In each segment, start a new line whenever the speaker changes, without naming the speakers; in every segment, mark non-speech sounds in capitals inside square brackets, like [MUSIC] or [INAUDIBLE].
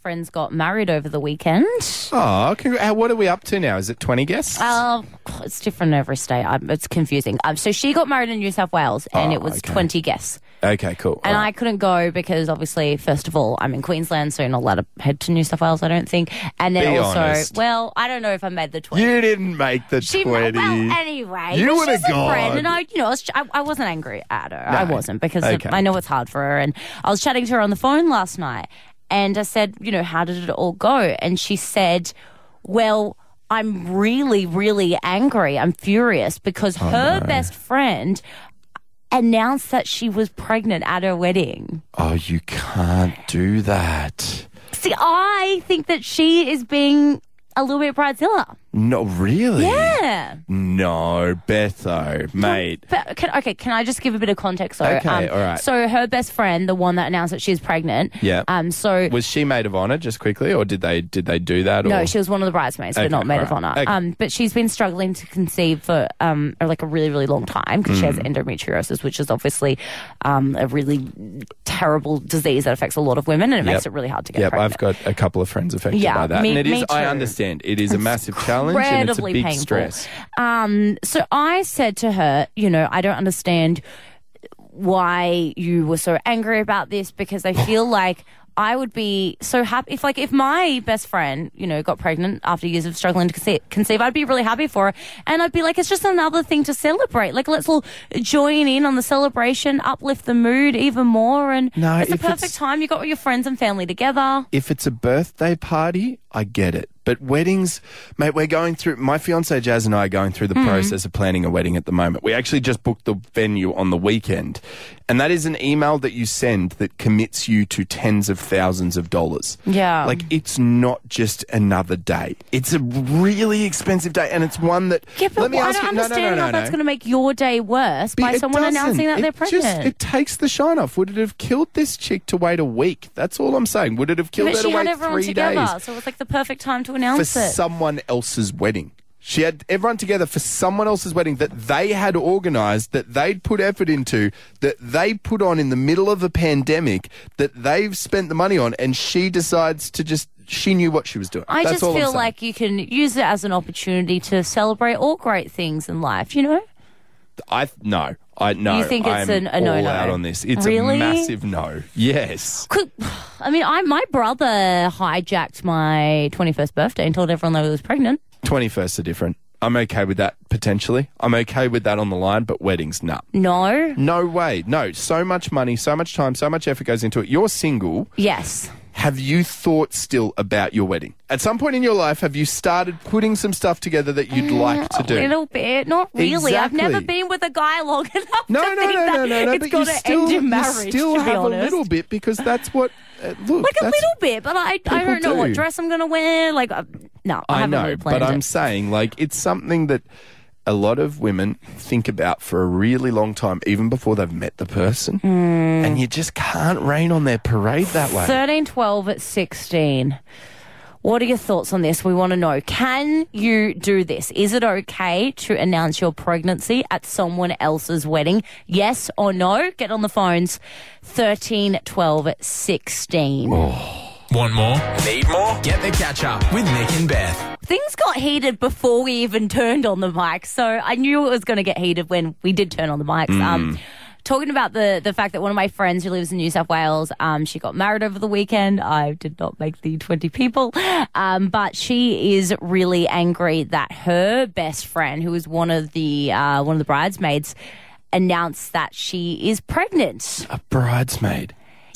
friends got married over the weekend.
Oh, congr- uh, what are we up to now? Is it 20 guests?
Uh, it's different every state. I'm, it's confusing. Um, so she got married in New South Wales, and
Oh,
it was
okay.
20 guests.
okay, cool.
And
All
I
right.
couldn't go because obviously, first of all, I'm in Queensland, so you're not allowed to head to New South Wales, I don't think. And then
Be
also,
honest.
well, I don't know if I made the 20.
you didn't make the
She,
20.
well, anyway,
You
but
would've
she's a friend,
gone.
and I, you know, I, was, I, I wasn't angry at her. I
No.
wasn't because
Okay.
I know it's hard for her. And I was chatting to her on the phone last night, and I said, you know, how did it all go? And she said, well, I'm really, really angry. I'm furious because
Oh,
her best friend announced that she was pregnant at her wedding.
oh, you can't do that.
See, I think that she is being a little bit bridezilla.
Not really.
Yeah.
No, Betho, mate.
But can, okay, can I just give a bit of context though? Um,
Okay, all right.
So her best friend, the one that announced that she was pregnant.
Yeah.
Um. So
Was she maid of honor just quickly, or did they did they do that? Or?
no, she was one of the bridesmaids,
Okay,
but not maid of
all right.
honor.
Okay.
Um. But she's been struggling to conceive for um like a really really long time because she has
Mm.
endometriosis, which is obviously um a really terrible disease that affects a lot of women and it makes
Yep.
it really hard to get
Yep,
pregnant.
I've got a couple of friends affected
Yeah,
by that,
me-
and it
me
is. I
too.
understand it is a massive challenge and it's a
incredibly
big
painful.
stress.
Um, so I said to her, you know, I don't understand why you were so angry about this because I
[LAUGHS]
feel like I would be so happy if, like, if my best friend, you know, got pregnant after years of struggling to conce- conceive, I'd be really happy for her, and I'd be like, it's just another thing to celebrate. Like, let's all join in on the celebration, uplift the mood even more, and
No,
it's the
if
perfect
it's-
time. You got all your friends and family together.
If it's a birthday party, I get it. But weddings, mate, we're going through. My fiance Jazz and I are going through the
Hmm.
process of planning a wedding at the moment. We actually just booked the venue on the weekend, and that is an email that you send that commits you to tens of thousands of dollars.
Yeah.
like it's not just another day. It's a really expensive day, and it's one that.
Yeah, but
let me
I
ask
don't
you. no, no,
understand
no, no,
how
no.
that's going to make your day worse by
It
someone
doesn't.
announcing that
It
they're pregnant.
Just, it takes the shine off. Would it have killed this chick to wait a week? That's all I'm saying. Would it have killed
but
her to
she had
wait
everyone
three
together,
days
so it was like the perfect time to
for
announce it.
someone else's wedding? She had everyone together for someone else's wedding that they had organised, that they'd put effort into, that they put on in the middle of a pandemic, that they've spent the money on, and she decides to just. She knew what she was doing.
I
That's
just
all I'm
feel
saying.
like you can use it as an opportunity to celebrate all great things in life, you know?
I no, I no.
You think it's
I'm
an- a
all
no-no?
out on this. It's
Really?
a massive no. Yes.
Could, [SIGHS] I mean, I my brother hijacked my 21st birthday and told everyone that I was pregnant.
21st are different. I'm okay with that potentially. I'm okay with that on the line, but weddings, nah.
No.
No way. No. So much money, so much time, so much effort goes into it. You're single.
Yes.
Have you thought still about your wedding? At some point in your life, have you started putting some stuff together that you'd like to
A
do?
Mm, little bit. Not really. I've never
Exactly.
been with a guy long [LAUGHS] enough
No,
to
no,
think
no, no,
that
no, no.
it's
But
got
you
to
still,
end in
you
marriage,
still
to be
have a
honest.
little bit because that's what. Uh, look,
Like a
that's-
little bit, but I, I
People
don't know what
do.
dress I'm going to wear. Like, uh, no, I,
I
haven't
know,
really planned
but I'm
it.
saying like it's something that a lot of women think about for a really long time, even before they've met the person,
Hmm.
and you just can't rain on their parade that way.
13, 12, at 16. What are your thoughts on this? We want to know. Can you do this? Is it okay to announce your pregnancy at someone else's wedding? Yes or no? Get on the phones 13, 12, 16.
Want more? Need more? Get the catch up with Nick and Beth.
Things got heated before we even turned on the mic, so I knew it was going to get heated when we did turn on the mics.
Mm.
Um, talking about the the fact that one of my friends who lives in New South Wales, um, she got married over the weekend. I did not make the twenty people, um, but she is really angry that her best friend, who is one of the uh, one of the bridesmaids. Announced that she is pregnant.
a bridesmaid.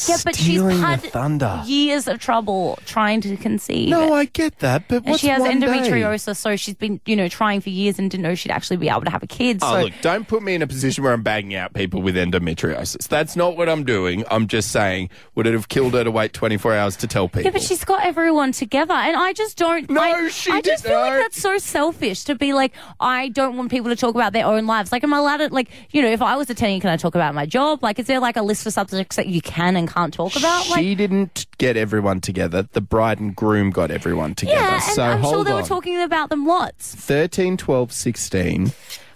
Yeah, but she's
stealing
had
the thunder.
years of trouble trying to conceive.
No, I get that, but
And
what's
she has
one day?
endometriosis, so she's been, you know, trying for years and didn't know she'd actually be able to have a kid.
Oh,
so
look, don't put me in a position where I'm bagging out people with endometriosis. That's not what I'm doing. I'm just saying, would it have killed her to wait 24 hours to tell people?
yeah, but she's got everyone together, and I just don't.
No,
I,
she
I just
didn't-
feel like
no.
that's so selfish to be like, I don't want people to talk about their own lives. Like, am I allowed to, like, you know, if I was attending, can I talk about my job? Like, is there like a list of subjects that you can and can't talk about?
she
Like,
didn't get everyone together. The bride and groom got everyone together.
yeah, and
so
I'm
hold
sure they
on.
were talking about them lots.
13, 12, 16.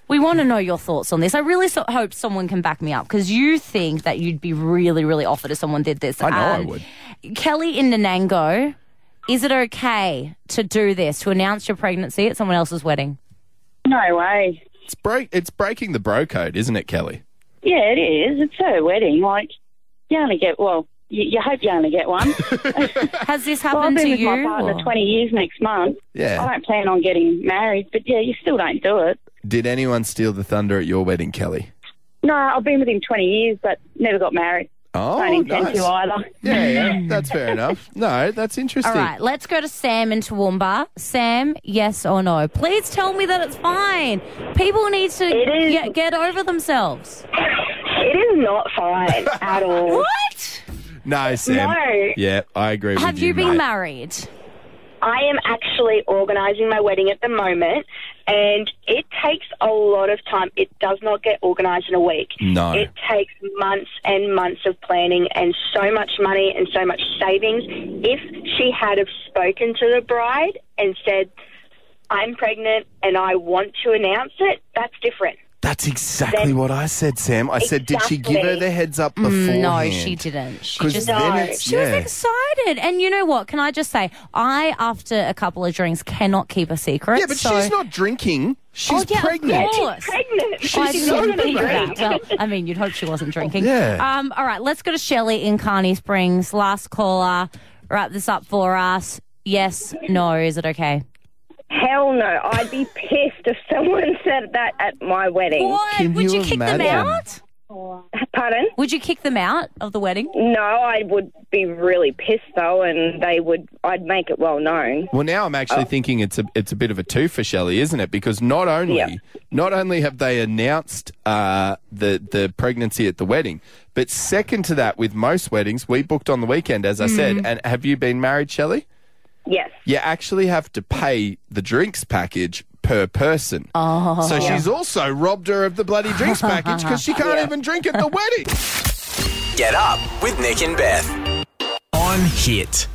We want to know your thoughts on this. I really so- hope someone can back me up because you think that you'd be really, really offered if someone did this.
I know I would.
Kelly in Nanango Is it okay to do this, to announce your pregnancy at someone else's wedding?
No way.
It's break. It's breaking the bro code, isn't it, Kelly?
Yeah, it is. It's her wedding. Like, you only get, well, you, you hope you only
[LAUGHS]
get one.
Has this
well, I've
happened
been
to
with
you?
my partner
or-
20 years next month. I
Yeah.
don't plan on getting married, but yeah, you still don't do it.
Did anyone steal the thunder at your wedding, Kelly?
No, I've been with him 20 years, but never got married.
Oh,
don't intend
nice.
to either.
Yeah, yeah, that's
[LAUGHS]
fair enough. No, that's interesting.
All right, let's go to Sam in Toowoomba. Sam, yes or no? Please tell me that it's fine. People need to
It is-
get, get over themselves.
It is not fine at all.
What?
No, Sam.
No.
Yeah, I agree with
Have you been
mate.
married?
I am actually organising my wedding at the moment, and it takes a lot of time. It does not get organised in a week.
No.
It takes months and months of planning and so much money and so much savings. If she had have spoken to the bride and said, I'm pregnant and I want to announce it, that's different.
That's exactly what I said, Sam. I said, did she give her
Exactly.
the heads up before?
Mm, No, she didn't. She
Because
just
then
No.
it's
She
yeah.
was excited. And you know what? Can I just say, I, after a couple of drinks, cannot keep a secret.
yeah, but
so- Oh,
she's not drinking. She's
yeah, of
pregnant.
course.
Pregnant.
Oh, I
She's
didn't
so
even think of
pregnant.
that. Well, I mean, you'd hope she wasn't drinking.
Yeah.
Um, all right, let's go to Shelley in Carney Springs. Last caller. Wrap this up for us. Yes, no, is it okay?
Hell no. I'd be pissed if someone said that at my wedding.
What?
Can
Would
you
you, kick them
imagine?
out?
Pardon?
Would you kick them out of the wedding?
No, I would be really pissed though, and they would, I'd make it well known.
Well, now I'm actually thinking it's a it's a bit of a two for Shelley, isn't it? Because not only
Yeah.
not only have they announced uh, the the pregnancy at the wedding, but second to that, with most weddings, we booked on the weekend, as I said. And have you been married, Shelley?
Yes.
You actually have to pay the drinks package per person. Oh, so she's also robbed her of the bloody [LAUGHS] drinks package because she can't even drink at the wedding.
Get up with Nick and Beth. On hit.